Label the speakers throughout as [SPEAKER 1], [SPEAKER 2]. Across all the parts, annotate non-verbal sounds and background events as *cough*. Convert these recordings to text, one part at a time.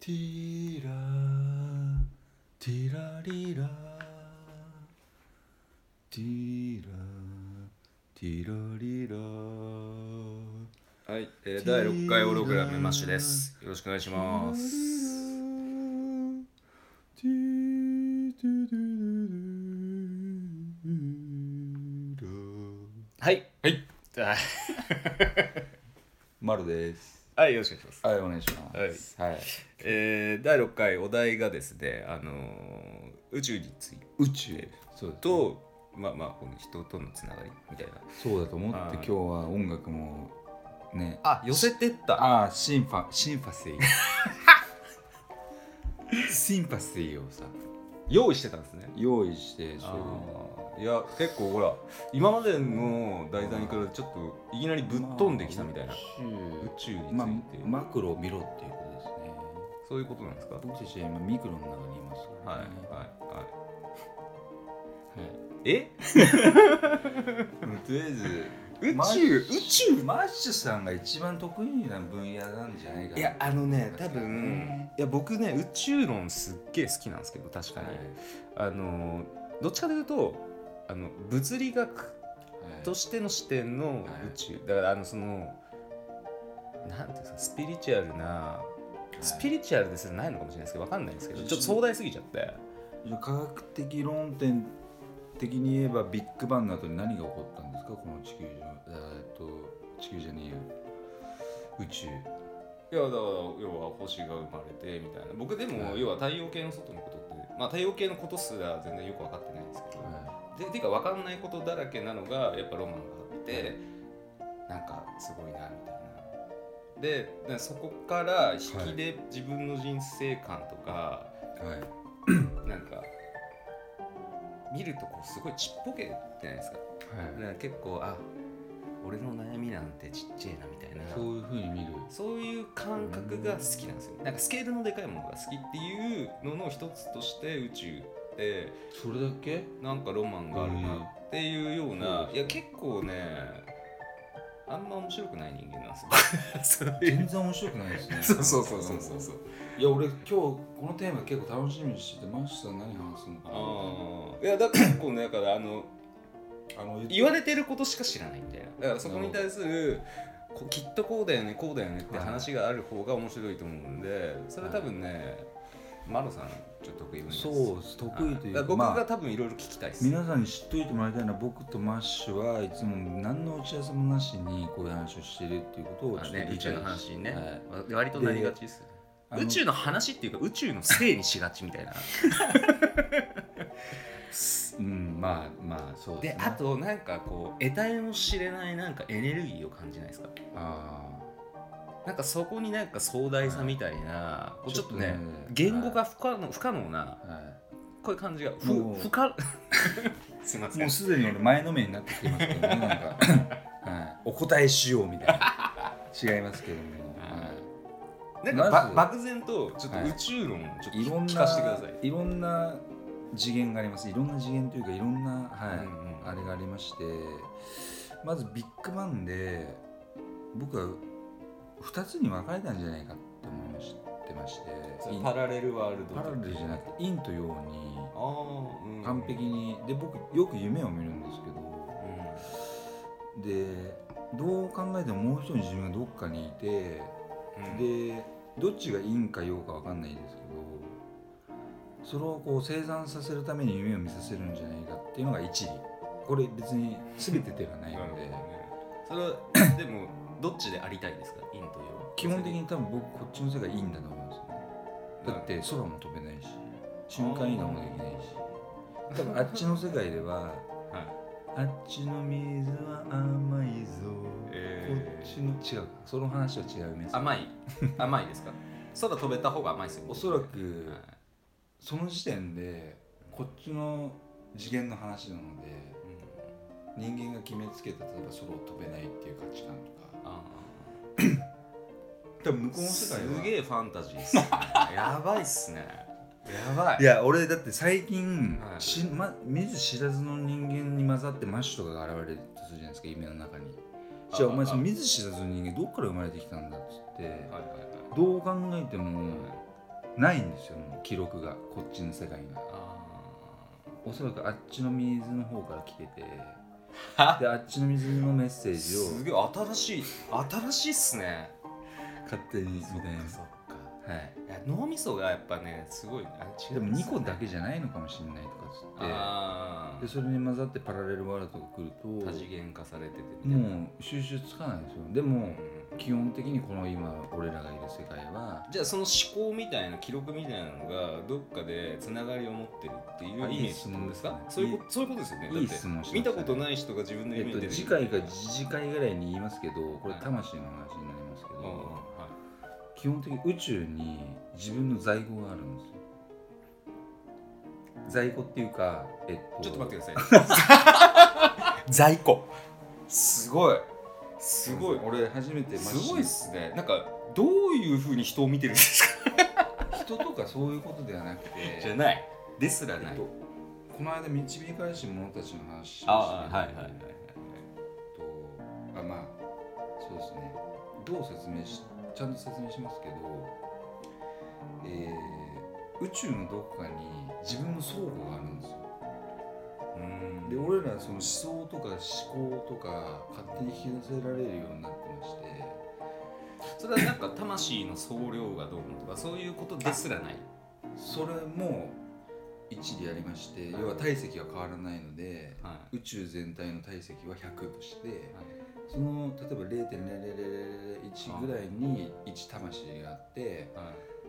[SPEAKER 1] ティーラティラリラティーラティラリラ
[SPEAKER 2] はい、えー、第6回オログラムマッシュです。よろしくお願いします。
[SPEAKER 1] ティーティーティーティーラ
[SPEAKER 2] はい。はい。
[SPEAKER 1] *laughs* マルです
[SPEAKER 2] はい、よろしくお
[SPEAKER 1] は
[SPEAKER 2] 願いします。
[SPEAKER 1] いお願いしますはい、
[SPEAKER 2] えー、第6回お題がですね、あのー宇宙について
[SPEAKER 1] 宇宙そうだ
[SPEAKER 2] と、まあまあ、この人とのつながりみたいな。
[SPEAKER 1] そうだと思って
[SPEAKER 2] はい
[SPEAKER 1] 今日は音楽もね
[SPEAKER 2] あ、寄せてった。
[SPEAKER 1] ああシンファシンファ
[SPEAKER 2] *laughs*
[SPEAKER 1] シーシンパシーをさ
[SPEAKER 2] 用意してたんですね。
[SPEAKER 1] 用意してそう
[SPEAKER 2] いや、結構ほら、今までの題材からちょっといきなりぶっ飛んできたみたいな。宇宙について、
[SPEAKER 1] まあ、マクロを見ろっていうことですね
[SPEAKER 2] そういうことなんですか。はい
[SPEAKER 1] 僕たちは今ミクロの中にいますか、ら
[SPEAKER 2] はい
[SPEAKER 1] ね、
[SPEAKER 2] はい。
[SPEAKER 1] はい
[SPEAKER 2] え
[SPEAKER 1] うんとりあえず
[SPEAKER 2] 宇
[SPEAKER 1] マッ
[SPEAKER 2] 宙宇宙
[SPEAKER 1] マッシュさんが一番得意な分野なんじゃないかない
[SPEAKER 2] やあのね多分いや僕ね宇宙論すっげえ好きなんですけど確か
[SPEAKER 1] はい
[SPEAKER 2] に、あのどっちかというとあの物理学
[SPEAKER 1] はい
[SPEAKER 2] としての視点の宇宙、だからあのそのなんていうんですかスピリチュアルなスピリチュアルですらないのかもしれないですけどわかんないんですけどちょっと壮大すぎちゃって
[SPEAKER 1] 科学的論点的に言えばビッグバンの後に何が起こったんですかこの地球上えーっと地球じゃねえよ宇宙
[SPEAKER 2] いやだから要は星が生まれてみたいな僕で
[SPEAKER 1] は
[SPEAKER 2] も、
[SPEAKER 1] い
[SPEAKER 2] 要は太陽系の外のことってまあ太陽系のことすら全然よく分かってないんですけど、でてか分かんないことだらけなのがやっぱロマンがあってなんかすごいなみたいなででそこから引きで自分の人生観とか、
[SPEAKER 1] はい
[SPEAKER 2] なんか見るとこうすごいちっぽけじゃないですかだから結構あ俺の悩みなんてちっちゃいなみたいな
[SPEAKER 1] そういうふうに見る
[SPEAKER 2] そういう感覚が好きなんですよなんかスケールのでかいものが好きっていうのの一つとして宇宙って
[SPEAKER 1] それだけ
[SPEAKER 2] なんかロマンがあるなっていうような、いや結構ねあんま面白くない人間なんです *laughs* よそういう
[SPEAKER 1] 全然面白くない *laughs* ですね
[SPEAKER 2] そうそうそうそうそうそう
[SPEAKER 1] いや俺今日このテーマ結構楽しみにしててマッシュさん何話すのかな
[SPEAKER 2] あーいやだから結構ねだからあの
[SPEAKER 1] あの
[SPEAKER 2] 言われてることしか知らないみたいなだからそこに対するこうきっとこうだよねこうだよねって話がある方が面白いと思うんでそれ多分ね、マロさんちょっと得意分野です
[SPEAKER 1] そうです得意というか
[SPEAKER 2] はだら僕
[SPEAKER 1] まあ
[SPEAKER 2] が多分いろいろ聞きたいです、
[SPEAKER 1] 皆さんに知っといてもらいたいのは僕とマッシュはいつも何の打ち合わせもなしにこういう話をしてるっていうことを
[SPEAKER 2] あ
[SPEAKER 1] ちょっと
[SPEAKER 2] ね宇
[SPEAKER 1] 理解
[SPEAKER 2] 宙
[SPEAKER 1] し
[SPEAKER 2] の話にね、
[SPEAKER 1] はい
[SPEAKER 2] わ割となりがちですよね
[SPEAKER 1] あの
[SPEAKER 2] 宇宙の話っていうか宇宙のせいにしがちみたいな
[SPEAKER 1] うんまあまあそうで
[SPEAKER 2] です
[SPEAKER 1] ね
[SPEAKER 2] あとなんかこう得体の知れないなんかエネルギーを感じないですか
[SPEAKER 1] あ
[SPEAKER 2] なんかそこになんか壮大さみたいな、こうちょっとね
[SPEAKER 1] ちょっとね
[SPEAKER 2] 言語が不可能不可能な
[SPEAKER 1] ーは
[SPEAKER 2] こういう感じがふ
[SPEAKER 1] もう
[SPEAKER 2] 不可 *laughs* すいま
[SPEAKER 1] い
[SPEAKER 2] せ
[SPEAKER 1] も
[SPEAKER 2] ん
[SPEAKER 1] うすでに俺前のめりになってきてますけどねなんか、はい、お答えしようみた *laughs* いな違いますけども、は
[SPEAKER 2] なんかば
[SPEAKER 1] まず
[SPEAKER 2] 漠然とちょっと
[SPEAKER 1] はい
[SPEAKER 2] 宇宙論をちょっと
[SPEAKER 1] い、いろん
[SPEAKER 2] 聞
[SPEAKER 1] な
[SPEAKER 2] かせてください、
[SPEAKER 1] いろんな次元がありますいろんな次元というかいろんな、はい
[SPEAKER 2] うんうん
[SPEAKER 1] あれがありましてまずビッグバンで僕は2つに分かれたんじゃないかって思いましてまして
[SPEAKER 2] そ
[SPEAKER 1] イ
[SPEAKER 2] れ
[SPEAKER 1] ン
[SPEAKER 2] パラレルワールド
[SPEAKER 1] パラレルじゃな
[SPEAKER 2] て
[SPEAKER 1] くて陰と陽に
[SPEAKER 2] ああ、うん
[SPEAKER 1] 完璧にで僕よく夢を見るんですけど
[SPEAKER 2] う
[SPEAKER 1] でどう考えてももう一人自分がどっかにいて、
[SPEAKER 2] んうん
[SPEAKER 1] でどっちが陰か陽かわかんないんですけどそれをこう生産させるために夢を見させるんじゃないかっていうのが一理これ別に全てではない
[SPEAKER 2] なる
[SPEAKER 1] の
[SPEAKER 2] ほど
[SPEAKER 1] で
[SPEAKER 2] ねそれはでもどっちでありたいですか陰と陽
[SPEAKER 1] 基本的に多分僕こっちの世界陰だと思いますねだって空も飛べないし瞬間移動もできないし多分あっちの世界で *laughs* は
[SPEAKER 2] はい
[SPEAKER 1] あっちの水は甘いぞ、
[SPEAKER 2] えー
[SPEAKER 1] こっちの違うその話は違うね
[SPEAKER 2] 甘い甘いですか空飛べた方が甘いですよ
[SPEAKER 1] おそら
[SPEAKER 2] は
[SPEAKER 1] くその時点でこっちの次元の話なので
[SPEAKER 2] いうん
[SPEAKER 1] 人間が決めつけた例えば空を飛べないっていう価値観とか
[SPEAKER 2] あ
[SPEAKER 1] 多分向こうの
[SPEAKER 2] ー
[SPEAKER 1] 世界は
[SPEAKER 2] すげえファンタジーっすねやばいっすねやばい
[SPEAKER 1] いや俺だって最近、
[SPEAKER 2] はい
[SPEAKER 1] しま、見ず知らずの人間に混ざってマッシュとかが現れるとするじゃないですか夢の中に
[SPEAKER 2] あ
[SPEAKER 1] じゃあお前
[SPEAKER 2] あ
[SPEAKER 1] その見ず知らずの人間どっから生まれてきたんだっつって、
[SPEAKER 2] はいはいはい
[SPEAKER 1] どう考えてもないんですよもう記録がこっちの世界にはおそらくあっちの水の方から来てて
[SPEAKER 2] あ
[SPEAKER 1] であっちの水のメッセー
[SPEAKER 2] ー
[SPEAKER 1] ジを
[SPEAKER 2] すげえ新しい新しいっすね
[SPEAKER 1] 勝手にみたいな
[SPEAKER 2] そっか
[SPEAKER 1] はい
[SPEAKER 2] いや脳みそがやっぱねすごいあ違
[SPEAKER 1] で
[SPEAKER 2] う
[SPEAKER 1] も
[SPEAKER 2] んすね
[SPEAKER 1] 2個だけじゃないのかもしれないとかっつっ
[SPEAKER 2] あ
[SPEAKER 1] てでそれに混ざってパラレルワールドが来ると
[SPEAKER 2] あ多次元化されててみたいな
[SPEAKER 1] もう収集つかないんですよでも基本的にこの今俺らがいる世界は
[SPEAKER 2] じゃあその思考みたいな記録みたいなのがどっっかでつながりを持ってるっていうイメ
[SPEAKER 1] あいい
[SPEAKER 2] ージなんですか
[SPEAKER 1] 質問です
[SPEAKER 2] そう
[SPEAKER 1] ね
[SPEAKER 2] いうことそういうことですよねだ
[SPEAKER 1] いい
[SPEAKER 2] っ
[SPEAKER 1] 質
[SPEAKER 2] て
[SPEAKER 1] 問して
[SPEAKER 2] 見たこと
[SPEAKER 1] い
[SPEAKER 2] ない人が自分の
[SPEAKER 1] え
[SPEAKER 2] 夢
[SPEAKER 1] っ
[SPEAKER 2] に出
[SPEAKER 1] と
[SPEAKER 2] てくる
[SPEAKER 1] 次回か
[SPEAKER 2] うん
[SPEAKER 1] 次次回ぐらいに言いますけどこれ
[SPEAKER 2] はい
[SPEAKER 1] 魂の話になりますけど、
[SPEAKER 2] うんはい
[SPEAKER 1] 基本的に宇宙に自分の在庫があるんですよ在庫っていうかえっと
[SPEAKER 2] ちょっと待ってください *laughs* 在庫すごいすごい
[SPEAKER 1] 俺初めてマ
[SPEAKER 2] す
[SPEAKER 1] シ
[SPEAKER 2] ごいっすねなんかどういうふうに人を見てるんですか
[SPEAKER 1] 人とかそういうことではなくて
[SPEAKER 2] *laughs* じゃないですら
[SPEAKER 1] え
[SPEAKER 2] な
[SPEAKER 1] っ
[SPEAKER 2] い
[SPEAKER 1] とこの間導かれし者たちの話しまし
[SPEAKER 2] ああ
[SPEAKER 1] た
[SPEAKER 2] はい
[SPEAKER 1] け
[SPEAKER 2] は
[SPEAKER 1] ど
[SPEAKER 2] いはいはい
[SPEAKER 1] とあまあそうですねどう説明しちゃんと説明しますけど、えー宇宙のどこかに自分の倉庫があるんですよ
[SPEAKER 2] うん
[SPEAKER 1] で俺らその思想とか思考とか勝手に引き出せられるようになってまして
[SPEAKER 2] それはなんか魂の総量がどうのとかそういうことですらない
[SPEAKER 1] それも一理ありまして要は体積は変わらないので
[SPEAKER 2] はい
[SPEAKER 1] 宇宙全体の体積は100として、
[SPEAKER 2] はい
[SPEAKER 1] その例えば0.0001ぐらいに1魂があって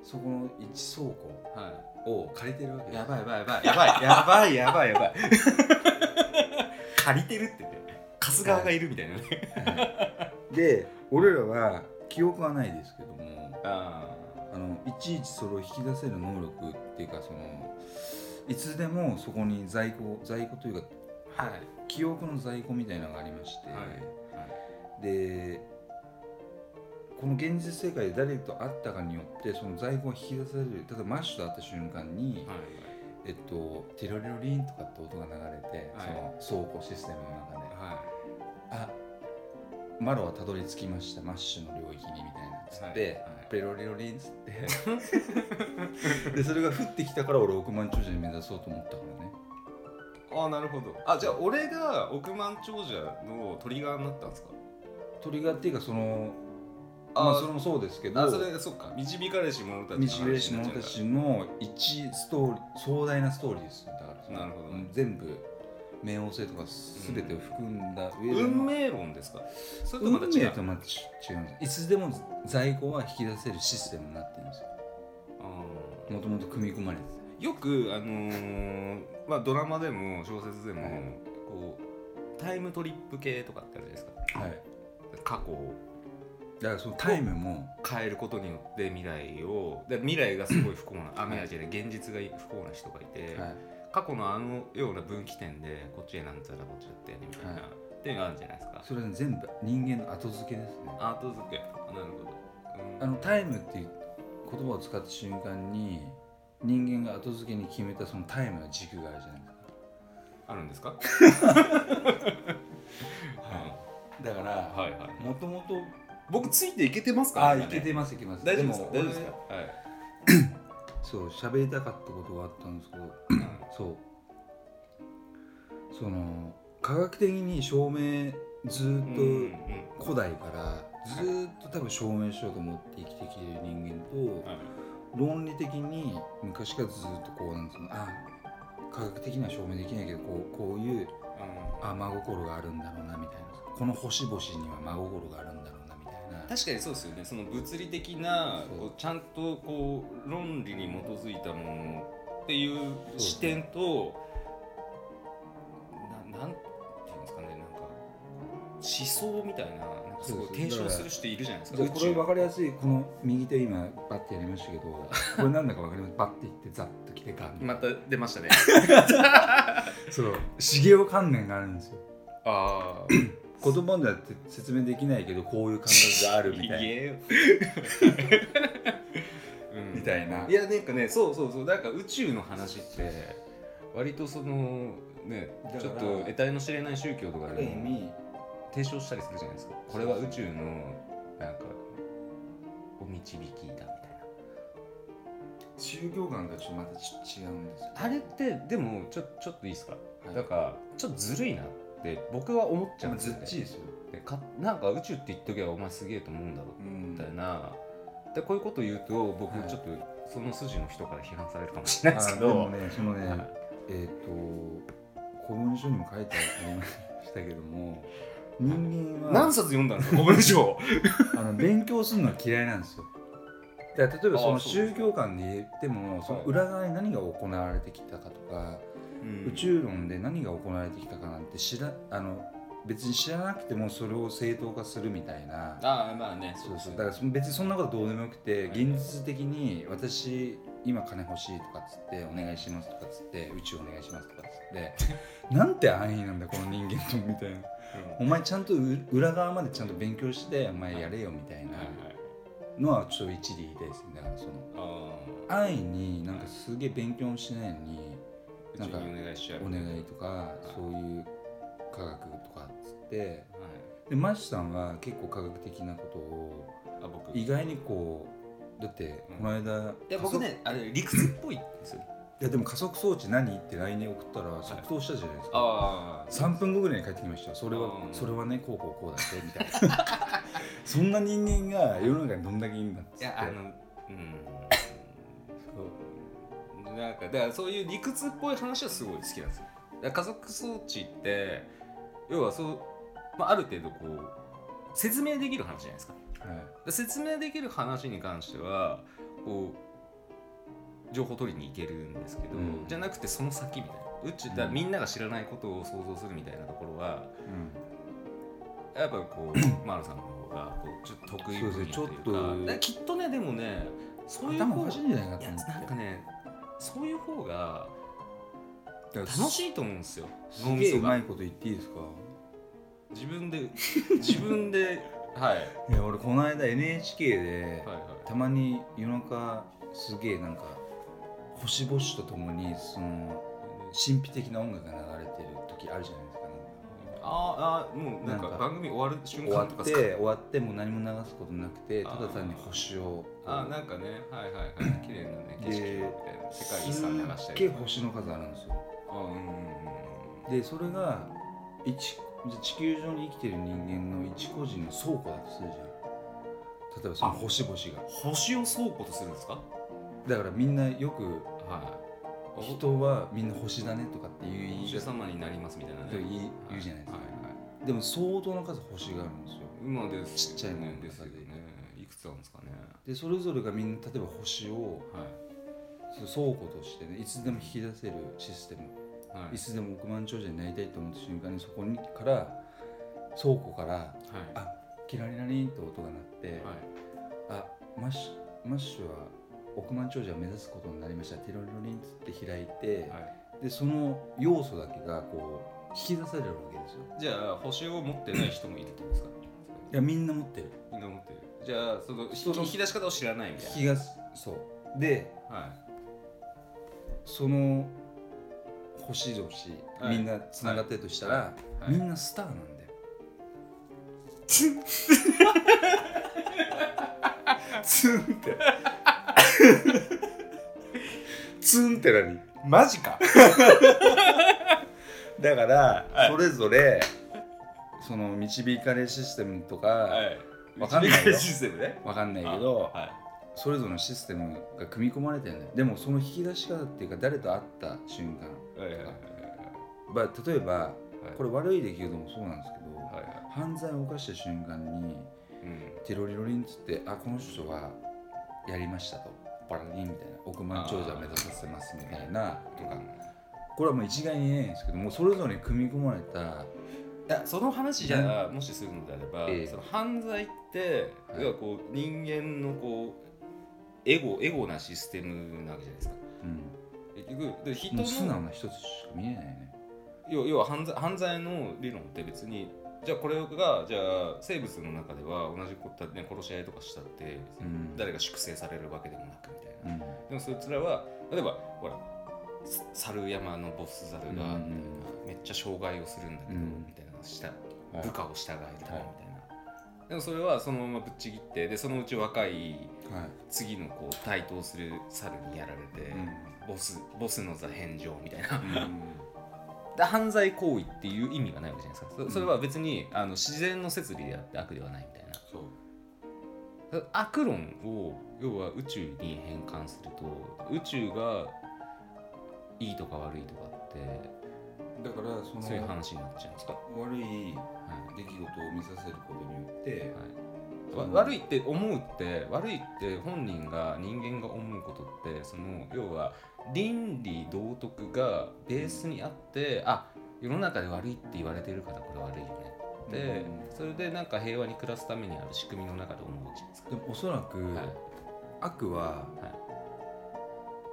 [SPEAKER 1] そこの1倉庫
[SPEAKER 2] はいは
[SPEAKER 1] を借りてるわけ
[SPEAKER 2] い
[SPEAKER 1] です
[SPEAKER 2] やばいやばいやばいやばいやばいやばいやばい *laughs* 借りてるってね貸す側がいるみたいなね
[SPEAKER 1] で俺らは記憶はないですけども
[SPEAKER 2] あ
[SPEAKER 1] あのいちいちそれを引き出せる能力っていうかそのいつでもそこに在庫在庫というか
[SPEAKER 2] あはい
[SPEAKER 1] 記憶の在庫みたいなのがありまして、
[SPEAKER 2] はいはい
[SPEAKER 1] でこの現実世界で誰と会ったかによってその在庫が引き出される例えばマッシュと会った瞬間に、
[SPEAKER 2] はい
[SPEAKER 1] えっと、ティロリロリンとかって音が流れて、
[SPEAKER 2] はい
[SPEAKER 1] その倉庫システムの中で
[SPEAKER 2] は
[SPEAKER 1] 「あマロはたどり着きましたマッシュの領域に」みたいなっつって、
[SPEAKER 2] はいはい
[SPEAKER 1] ペロリロリンっつってでそれが降ってきたから俺億万長者に目指そうと思ったからね
[SPEAKER 2] いああなるほどあじゃあ俺が億万長者のトリガーになったんですか
[SPEAKER 1] トリガーっていうかその
[SPEAKER 2] あ
[SPEAKER 1] まあそれもそうですけど
[SPEAKER 2] あそれそっか導かれし者たちの
[SPEAKER 1] 導かれ
[SPEAKER 2] 話
[SPEAKER 1] し
[SPEAKER 2] にな
[SPEAKER 1] 者
[SPEAKER 2] っちゃう
[SPEAKER 1] た
[SPEAKER 2] から
[SPEAKER 1] ちの一ストーリー壮大なストーリーですよだからその
[SPEAKER 2] なるほど
[SPEAKER 1] うん全部冥王星とか全てを含んだ上での、
[SPEAKER 2] 運命論ですかそれと
[SPEAKER 1] 運
[SPEAKER 2] また違
[SPEAKER 1] 命
[SPEAKER 2] う
[SPEAKER 1] とまた違うんですいつでも在庫は引き出せるシステムになってるんですよ
[SPEAKER 2] あ
[SPEAKER 1] もともと組み込まれて
[SPEAKER 2] ーよくあのーまあドラマでも小説でも、
[SPEAKER 1] はい
[SPEAKER 2] こうタイムトリップ系とかってあるじゃないです
[SPEAKER 1] たは
[SPEAKER 2] か
[SPEAKER 1] い
[SPEAKER 2] 過去を
[SPEAKER 1] だからそのタイムも
[SPEAKER 2] 変えることによって未来をで未来がすごい不幸なあ未来じゃない現実が不幸な人がいて、
[SPEAKER 1] はい
[SPEAKER 2] 過去のあのような分岐点でこっちへなんたらこっちだったよねみたいな、
[SPEAKER 1] はい
[SPEAKER 2] っていうのがあるんじゃないですか
[SPEAKER 1] それは全部人間の後付けですね
[SPEAKER 2] アート付けなるほど、うん
[SPEAKER 1] あのタイムっていう言葉を使った瞬間に人間が後付けに決めたそのタイムの軸があるじゃないですか
[SPEAKER 2] あるん *laughs* ですかはい
[SPEAKER 1] だから、
[SPEAKER 2] はいはい
[SPEAKER 1] もともと
[SPEAKER 2] 僕ついていけてますか
[SPEAKER 1] あ
[SPEAKER 2] 今
[SPEAKER 1] い
[SPEAKER 2] ね
[SPEAKER 1] けてますいけます
[SPEAKER 2] 大丈夫ですか
[SPEAKER 1] で
[SPEAKER 2] 大
[SPEAKER 1] も
[SPEAKER 2] 丈夫ですかはい
[SPEAKER 1] 俺そう喋りたかったことがあったんですけどそうその科学的に証明ず
[SPEAKER 2] うん
[SPEAKER 1] っ
[SPEAKER 2] う
[SPEAKER 1] と、
[SPEAKER 2] んうん
[SPEAKER 1] 古代からずーっと多分証明しようと思って生きてきてる人間と
[SPEAKER 2] はい
[SPEAKER 1] 論理的に昔からずーっとこうなんつうのあ科学的には証明できないけどこうこういう
[SPEAKER 2] あ
[SPEAKER 1] あ真心があるんだろうなみたいなこの星々には真心があるんだろうなみたいな
[SPEAKER 2] 確かにそうですよねその物理的な
[SPEAKER 1] そう
[SPEAKER 2] こうちゃんとこう論理に基づいたものっていう視点とななんていうんですかねなんか思想みたいななんかすご
[SPEAKER 1] そう
[SPEAKER 2] い
[SPEAKER 1] そう
[SPEAKER 2] 提唱する人いるじゃないです
[SPEAKER 1] じ
[SPEAKER 2] か
[SPEAKER 1] ゃあこ
[SPEAKER 2] 宇
[SPEAKER 1] れ
[SPEAKER 2] 宙
[SPEAKER 1] 分かりやすいこの右手今バッてやりましたけどこれなんだか分かりますバッていってザッと来てか
[SPEAKER 2] また出
[SPEAKER 1] *laughs*
[SPEAKER 2] ましたね
[SPEAKER 1] そう茂雄観念があるんですよ
[SPEAKER 2] ああ
[SPEAKER 1] 言葉では説明できないけどこういう感覚がある
[SPEAKER 2] *laughs*
[SPEAKER 1] みたいな
[SPEAKER 2] えよ *laughs* うん
[SPEAKER 1] みたいない
[SPEAKER 2] やなんかねそうそうそうなんか宇宙の話って割とそのね
[SPEAKER 1] だから
[SPEAKER 2] ちょっと得体の知れない宗教とか
[SPEAKER 1] あ
[SPEAKER 2] で
[SPEAKER 1] る意
[SPEAKER 2] も
[SPEAKER 1] 味
[SPEAKER 2] 提唱したりするじゃないですかこれは宇宙のなんかお導きだみたいな
[SPEAKER 1] 宗教観がちょっとまたち違うんですよ
[SPEAKER 2] あれってでもちょちょっといいですか、
[SPEAKER 1] はい
[SPEAKER 2] だからちょっとずるいなって僕は思っち
[SPEAKER 1] じ
[SPEAKER 2] ゃ
[SPEAKER 1] ゃ
[SPEAKER 2] うん
[SPEAKER 1] あ
[SPEAKER 2] で
[SPEAKER 1] ず
[SPEAKER 2] すよ、
[SPEAKER 1] っ
[SPEAKER 2] ね、
[SPEAKER 1] ちいですよ、
[SPEAKER 2] でかなんか宇宙って言っとけばお前すげえと思うんだろう
[SPEAKER 1] うん
[SPEAKER 2] みたいな、でこういうこと言うと僕
[SPEAKER 1] はい
[SPEAKER 2] ちょっとその筋の人から批判されるかもしれないです
[SPEAKER 1] あ
[SPEAKER 2] けど、
[SPEAKER 1] でもねそのね、
[SPEAKER 2] はい
[SPEAKER 1] えっ、と古文書にも書いてありましたけども人間は
[SPEAKER 2] 何冊読んだんですか古文書
[SPEAKER 1] あの勉強するのは嫌いなんですよだから例えばそ
[SPEAKER 2] あ
[SPEAKER 1] の
[SPEAKER 2] そうで
[SPEAKER 1] 宗
[SPEAKER 2] す
[SPEAKER 1] 教観で言ってもその裏側に何が行われてきたかとか、宇宙論で何が行われてきたかなんて知らあの別に知らなくてもそれを正当化するみたいな
[SPEAKER 2] ああまあね
[SPEAKER 1] そうそうだからその別にそんなことどうでもよくて現実的に私今金欲しいとかっつってお願いしますとかっつって宇宙お願いしますとかっつって *laughs* なんて安易なんだこの人間とみたいなお前ちゃんとう裏側までちゃんと勉強してお前やれよみたいなのはちょっと一理でいですねだからその安易になんかすげえ勉強もしないのに
[SPEAKER 2] 宇
[SPEAKER 1] なん
[SPEAKER 2] 宙
[SPEAKER 1] か
[SPEAKER 2] にお願いしちゃう
[SPEAKER 1] お願いとか
[SPEAKER 2] い
[SPEAKER 1] そういう科学とかっつって
[SPEAKER 2] はい
[SPEAKER 1] でマシさんは結構科学的なことを
[SPEAKER 2] あ僕
[SPEAKER 1] 意外にこうだってこの間、
[SPEAKER 2] いや僕ねあれ理屈っぽいんですよ
[SPEAKER 1] 加速いやでも加速装置何って LINE に送ったら即答したじゃないですか、
[SPEAKER 2] ああ
[SPEAKER 1] 3分後ぐらいに帰ってきましたよそれは
[SPEAKER 2] うん
[SPEAKER 1] それはねこうこうこうだってみたいな *laughs* そんな人間が世の中にどんだけいいんだっつって
[SPEAKER 2] いやあのうんなんかだからそういう理屈っぽい話はすごい好きなんですよだから家族装置って要はそう、まあ、ある程度こう説明できる話じゃないですか
[SPEAKER 1] はい
[SPEAKER 2] で説明できる話に関してはこう情報取りに行けるんですけど、
[SPEAKER 1] うん
[SPEAKER 2] じゃなくてその先みたいな宇宙だ
[SPEAKER 1] うん
[SPEAKER 2] みんなが知らないことを想像するみたいなところは
[SPEAKER 1] うん
[SPEAKER 2] やっぱ
[SPEAKER 1] *clears throat*
[SPEAKER 2] こうマロさんの方がこうちょっと得意分野というか
[SPEAKER 1] そうですねちょっと
[SPEAKER 2] だからきっとねでもねそういう
[SPEAKER 1] 頭
[SPEAKER 2] 方
[SPEAKER 1] お
[SPEAKER 2] が
[SPEAKER 1] かしいんじゃないか
[SPEAKER 2] い
[SPEAKER 1] と
[SPEAKER 2] や
[SPEAKER 1] 思って
[SPEAKER 2] なんかねそういう方が
[SPEAKER 1] 楽
[SPEAKER 2] 楽しいと思うんですよ
[SPEAKER 1] す
[SPEAKER 2] 脳み
[SPEAKER 1] げえ
[SPEAKER 2] そう
[SPEAKER 1] ま
[SPEAKER 2] が
[SPEAKER 1] いこと言っていいですか
[SPEAKER 2] 自分で自分で *laughs* はい
[SPEAKER 1] いや俺この間 NHK で、
[SPEAKER 2] はいはい
[SPEAKER 1] たまに夜中すげえなんか星々とともにその神秘的な音楽が流れてる時あるじゃないですか、ね、
[SPEAKER 2] あーあーもうなんか
[SPEAKER 1] なんか
[SPEAKER 2] 番組終わる瞬
[SPEAKER 1] 終わ
[SPEAKER 2] 間と
[SPEAKER 1] っ
[SPEAKER 2] か
[SPEAKER 1] て
[SPEAKER 2] すか
[SPEAKER 1] 終わってもう何も流すことなくて
[SPEAKER 2] あ
[SPEAKER 1] た
[SPEAKER 2] ー
[SPEAKER 1] だ単に星を
[SPEAKER 2] あーなんかねはいはいはい綺麗なね景色みたいな世界遺産流した
[SPEAKER 1] すっ
[SPEAKER 2] り
[SPEAKER 1] げえ星の数あるんですよ
[SPEAKER 2] あーうんうんうん
[SPEAKER 1] でそれが一じゃあ地球上に生きてる人間の一個人の倉庫だとするじゃん例えばその星々が
[SPEAKER 2] 星を倉庫とするんですか
[SPEAKER 1] だからみんなよく
[SPEAKER 2] はい
[SPEAKER 1] 人はみんな星だねとかっていう言い
[SPEAKER 2] 星
[SPEAKER 1] 方
[SPEAKER 2] 様になりますみたいなね
[SPEAKER 1] と言い
[SPEAKER 2] は
[SPEAKER 1] 言うじゃないですか
[SPEAKER 2] はいはい
[SPEAKER 1] でも相当な数星があるんですよ
[SPEAKER 2] 今です
[SPEAKER 1] ちっちゃいもん
[SPEAKER 2] ねですよねいくつあるんですかね
[SPEAKER 1] でそれぞれがみんな例えば星を
[SPEAKER 2] はい
[SPEAKER 1] その倉庫としてねいつでも引き出せるシステム
[SPEAKER 2] はいはい
[SPEAKER 1] いつでも億万長者になりたいと思った瞬間にそこにから倉庫から
[SPEAKER 2] は
[SPEAKER 1] あキラリラリンと音が鳴って
[SPEAKER 2] い、はい
[SPEAKER 1] あマッシュマッシュは億万長者を目指すことになりましたティロリロリンつって開いて、
[SPEAKER 2] はい
[SPEAKER 1] でその要素だけがこう引き出されるわけですよ
[SPEAKER 2] じゃあ星を持ってない人もいるってことですか
[SPEAKER 1] いやみんな持ってる
[SPEAKER 2] みんな持ってるじゃあその
[SPEAKER 1] そ
[SPEAKER 2] 引き
[SPEAKER 1] の
[SPEAKER 2] 引き出し方を知らないみた
[SPEAKER 1] 引
[SPEAKER 2] い
[SPEAKER 1] き出すそうで
[SPEAKER 2] なはい
[SPEAKER 1] その星々、
[SPEAKER 2] はい
[SPEAKER 1] みんなつながってるとしたら、
[SPEAKER 2] はい
[SPEAKER 1] みんなスターなんだよ
[SPEAKER 2] ツンって
[SPEAKER 1] ツンって何
[SPEAKER 2] マジか
[SPEAKER 1] だから、
[SPEAKER 2] はい
[SPEAKER 1] それぞれその導かれシステムとか、
[SPEAKER 2] はい
[SPEAKER 1] わかんないよ
[SPEAKER 2] 導システムね
[SPEAKER 1] わかんないけど、
[SPEAKER 2] はい
[SPEAKER 1] それぞれのシステムが組み込まれてるんだよでもその引き出し方っていうか誰と会った瞬間、
[SPEAKER 2] はいはいはいはい
[SPEAKER 1] まあ、例えば
[SPEAKER 2] はい
[SPEAKER 1] これ悪い出来事もそうなんですけど、
[SPEAKER 2] はいは
[SPEAKER 1] 犯罪を犯した瞬間に
[SPEAKER 2] いうん
[SPEAKER 1] テロリロリンっつってあこの人はやりましたとパラリンみたいな億万長者を目指させますみたいなとかこれはもう一概に言えないんですけどもうそれぞれに組み込まれた
[SPEAKER 2] いやその話じゃあもしするのであれば、
[SPEAKER 1] ええ
[SPEAKER 2] その犯罪って、
[SPEAKER 1] はい
[SPEAKER 2] 要はこう人間のこうエゴエゴなシステムなわけじゃないですか
[SPEAKER 1] うん、
[SPEAKER 2] 結局で人
[SPEAKER 1] もう
[SPEAKER 2] の
[SPEAKER 1] 素直な一つしか見えないね
[SPEAKER 2] 要要は犯罪犯罪の理論って別にじゃあこれがじゃあ生物の中では同じことね殺し合いとかしたって、
[SPEAKER 1] うん
[SPEAKER 2] 誰が粛清されるわけでもなくみたいな、
[SPEAKER 1] うん
[SPEAKER 2] でもそいつらは例えばほらさ猿山のボス猿が、みたいな
[SPEAKER 1] うん
[SPEAKER 2] めっちゃ障害をするんだけど、
[SPEAKER 1] うん
[SPEAKER 2] みたいなした
[SPEAKER 1] はい
[SPEAKER 2] 部下を従えるためみたいな、でもそれはそのままぶっちぎってでそのうち若
[SPEAKER 1] は
[SPEAKER 2] い
[SPEAKER 1] い
[SPEAKER 2] 次のこう対等する猿にやられて、
[SPEAKER 1] う
[SPEAKER 2] ボスボスの座返上みたいな *laughs*
[SPEAKER 1] う
[SPEAKER 2] で犯罪行為っていう意味がないわけじゃないですかそそれは別にあの自然の摂理であって悪ではないみたいな
[SPEAKER 1] *laughs* そう
[SPEAKER 2] 悪論を要は宇宙に変換すると宇宙がいいとか悪いとかって
[SPEAKER 1] だからその
[SPEAKER 2] そういう話になっちゃうんですか、
[SPEAKER 1] 悪い
[SPEAKER 2] は
[SPEAKER 1] 出来事を見させることによって
[SPEAKER 2] いはい
[SPEAKER 1] そ
[SPEAKER 2] わ
[SPEAKER 1] の
[SPEAKER 2] 悪いって思うって悪いって本人が人間が思うことってその要は倫理道徳がベースにあって、あ世の中で悪いって言われてるからこれ悪いよねって、
[SPEAKER 1] うん
[SPEAKER 2] それでなんか平和に暮らすためにある仕組みの中で思うじゃないですか。
[SPEAKER 1] でもおそらく
[SPEAKER 2] はい
[SPEAKER 1] 悪は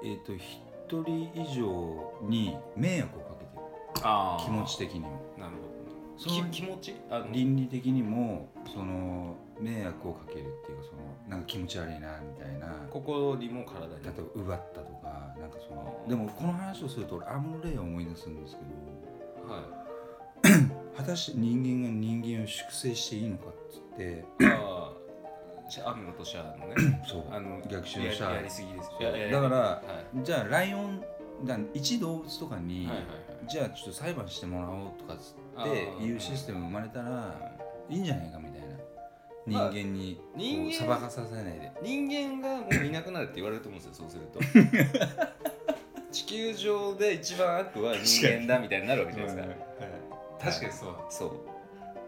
[SPEAKER 1] えっと一人以上に迷惑をかけてる
[SPEAKER 2] あ
[SPEAKER 1] 気持ち的にも
[SPEAKER 2] なるほど
[SPEAKER 1] そ
[SPEAKER 2] き
[SPEAKER 1] の
[SPEAKER 2] 気持ちあの
[SPEAKER 1] 倫理的にもその迷惑をかけるっていうかそのなんか気持ち悪いなみたいな
[SPEAKER 2] 心にも体にも
[SPEAKER 1] 例えば奪ったとかなんかそのでもこの話をすると俺アムロレイを思い出すんですけど
[SPEAKER 2] は
[SPEAKER 1] 果たして人間が人間を粛清していいのかっつって
[SPEAKER 2] いああシャ雨のとシャアの
[SPEAKER 1] *coughs*
[SPEAKER 2] ね
[SPEAKER 1] そう
[SPEAKER 2] あの
[SPEAKER 1] 逆襲のシャア
[SPEAKER 2] ややりすぎです
[SPEAKER 1] そう
[SPEAKER 2] いやいやいや
[SPEAKER 1] だから
[SPEAKER 2] はい
[SPEAKER 1] じゃあライオンだ一動物とかに、
[SPEAKER 2] はいはい
[SPEAKER 1] じゃあちょっと裁判してもらおうとかっつっ
[SPEAKER 2] あ
[SPEAKER 1] て
[SPEAKER 2] ー
[SPEAKER 1] いうシステムが生まれたらいいんじゃないかみたいな人
[SPEAKER 2] まあ
[SPEAKER 1] 間にこ
[SPEAKER 2] 人間
[SPEAKER 1] う裁かさせないで
[SPEAKER 2] 人間がもういなくなるって言われると思うんですよそう
[SPEAKER 1] *laughs*
[SPEAKER 2] すると地球上で一番悪は人間だみたいになるわけじゃないですか確かに
[SPEAKER 1] そう
[SPEAKER 2] そう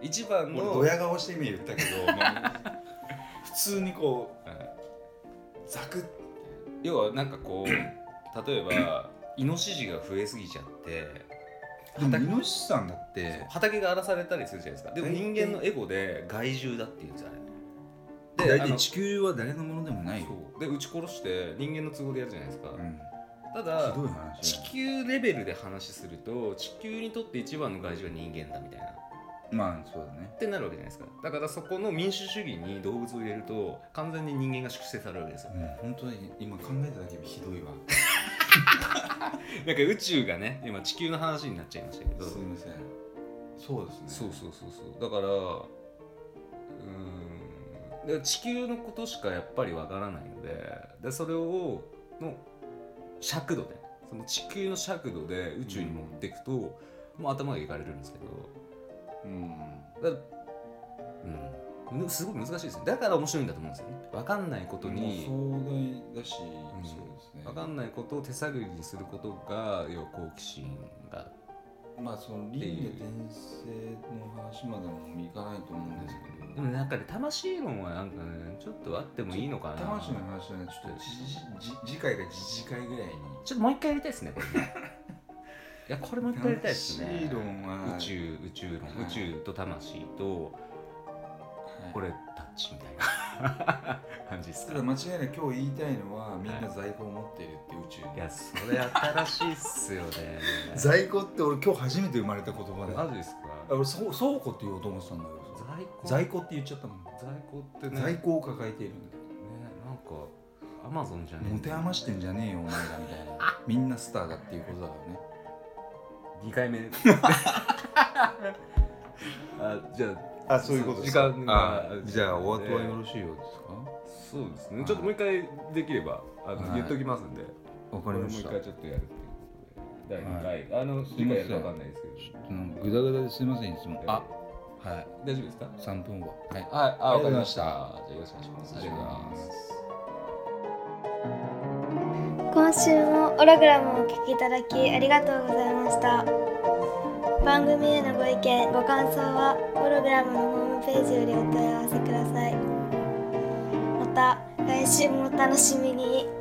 [SPEAKER 2] 一番の
[SPEAKER 1] や顔して今言ったけど、
[SPEAKER 2] *laughs*
[SPEAKER 1] 普通にこ
[SPEAKER 2] はい
[SPEAKER 1] ザクッ
[SPEAKER 2] 要はなんかこう例えばイノシシが増えすぎちゃって
[SPEAKER 1] でもイノシシさんだって
[SPEAKER 2] 畑が荒らされたりするじゃないですかでも
[SPEAKER 1] 大体
[SPEAKER 2] 人間のエゴで害獣だって言うんですよあれ
[SPEAKER 1] 大
[SPEAKER 2] であ
[SPEAKER 1] 体
[SPEAKER 2] の
[SPEAKER 1] 地球は誰のものでもないよ、
[SPEAKER 2] そうで撃ち殺して人間の都合でやるじゃないですか、
[SPEAKER 1] うん、
[SPEAKER 2] た
[SPEAKER 1] ひ
[SPEAKER 2] だ
[SPEAKER 1] どい話
[SPEAKER 2] 地球レベルで話すると地球にとって一番の害獣は人間だみたいなっ
[SPEAKER 1] まあそうだね
[SPEAKER 2] てなるわけじゃないですかだからそこの民主主義に動物を入れると完全に人間が粛清されるわけですよ、
[SPEAKER 1] うん本当に今考えただけでひど *laughs* いわ
[SPEAKER 2] なんか宇宙がね今地球の話になっちゃいましたけど
[SPEAKER 1] すみませんそうですね
[SPEAKER 2] そうそうそうそうだからうーんで地球のことしかやっぱりわからないのででそれをの尺度でその地球の尺度で宇宙に持っていくと、もう頭がいかれるんですけど
[SPEAKER 1] うん
[SPEAKER 2] だうんむすごい難しいですねだから面白いんだと思うんですよねわかんないことに
[SPEAKER 1] もう壮大だし、
[SPEAKER 2] ん
[SPEAKER 1] そうですね
[SPEAKER 2] わかんないことを手探りにすることが要は好奇心が
[SPEAKER 1] まあその輪廻転生の話までもいかないと思うんですけど
[SPEAKER 2] でもなんかね魂論はなんかねちょっとあってもいいのかな
[SPEAKER 1] 魂の話はねちょっとじじじ次回か次次回ぐらいに
[SPEAKER 2] ちょっともう一回やりたいですね。こ *laughs* れねいや、これもう一回やりたいですね
[SPEAKER 1] 魂。論は
[SPEAKER 2] 宇宙、宇宙論、
[SPEAKER 1] はい
[SPEAKER 2] 宇宙と魂と、
[SPEAKER 1] はい
[SPEAKER 2] これ、タッチみたい *laughs* な感じです
[SPEAKER 1] た
[SPEAKER 2] か
[SPEAKER 1] だ。間違いない今日言いたいのはみんな在庫を持っているって宇宙に、
[SPEAKER 2] いや、それ新しいっすよね。
[SPEAKER 1] 在庫って俺今日初めて生まれた言葉
[SPEAKER 2] マジですか。
[SPEAKER 1] 俺そう倉庫って言おうと思ってたんだけどさ
[SPEAKER 2] 在庫。
[SPEAKER 1] 在庫って言っちゃったもん
[SPEAKER 2] 在庫ってね。
[SPEAKER 1] 在
[SPEAKER 2] ね、
[SPEAKER 1] 庫を抱えているんだ
[SPEAKER 2] なんか、アマゾンじゃねえ
[SPEAKER 1] 持て余してんじゃねえよお前らみたいなみんなスターだっていうことだからね
[SPEAKER 2] 二回目。 *laughs* あ、じゃあ、
[SPEAKER 1] あ
[SPEAKER 2] そういうことですか時間が
[SPEAKER 1] あじゃあお後はよろしいようですか
[SPEAKER 2] そうですね。ちょっともう一回できれば、あの、
[SPEAKER 1] はい
[SPEAKER 2] 言っときますんで。
[SPEAKER 1] わ
[SPEAKER 2] こ
[SPEAKER 1] か
[SPEAKER 2] れ
[SPEAKER 1] り
[SPEAKER 2] もう
[SPEAKER 1] まし
[SPEAKER 2] 一
[SPEAKER 1] た
[SPEAKER 2] 回ちょっとやるっていうことで第2回、あの次回やるかわかんないですけど
[SPEAKER 1] うんグダグダですいませんいつも
[SPEAKER 2] あ
[SPEAKER 1] はい
[SPEAKER 2] 大丈夫ですか
[SPEAKER 1] 3分後はい
[SPEAKER 2] はい
[SPEAKER 1] あわかりました
[SPEAKER 2] じゃあよろしくお願いします
[SPEAKER 1] ありがとうございます
[SPEAKER 3] 今週もオログラムをお聴きいただきありがとうございました番組へのご意見ご感想はオログラムのホームページよりお問い合わせくださいまた来週もお楽しみに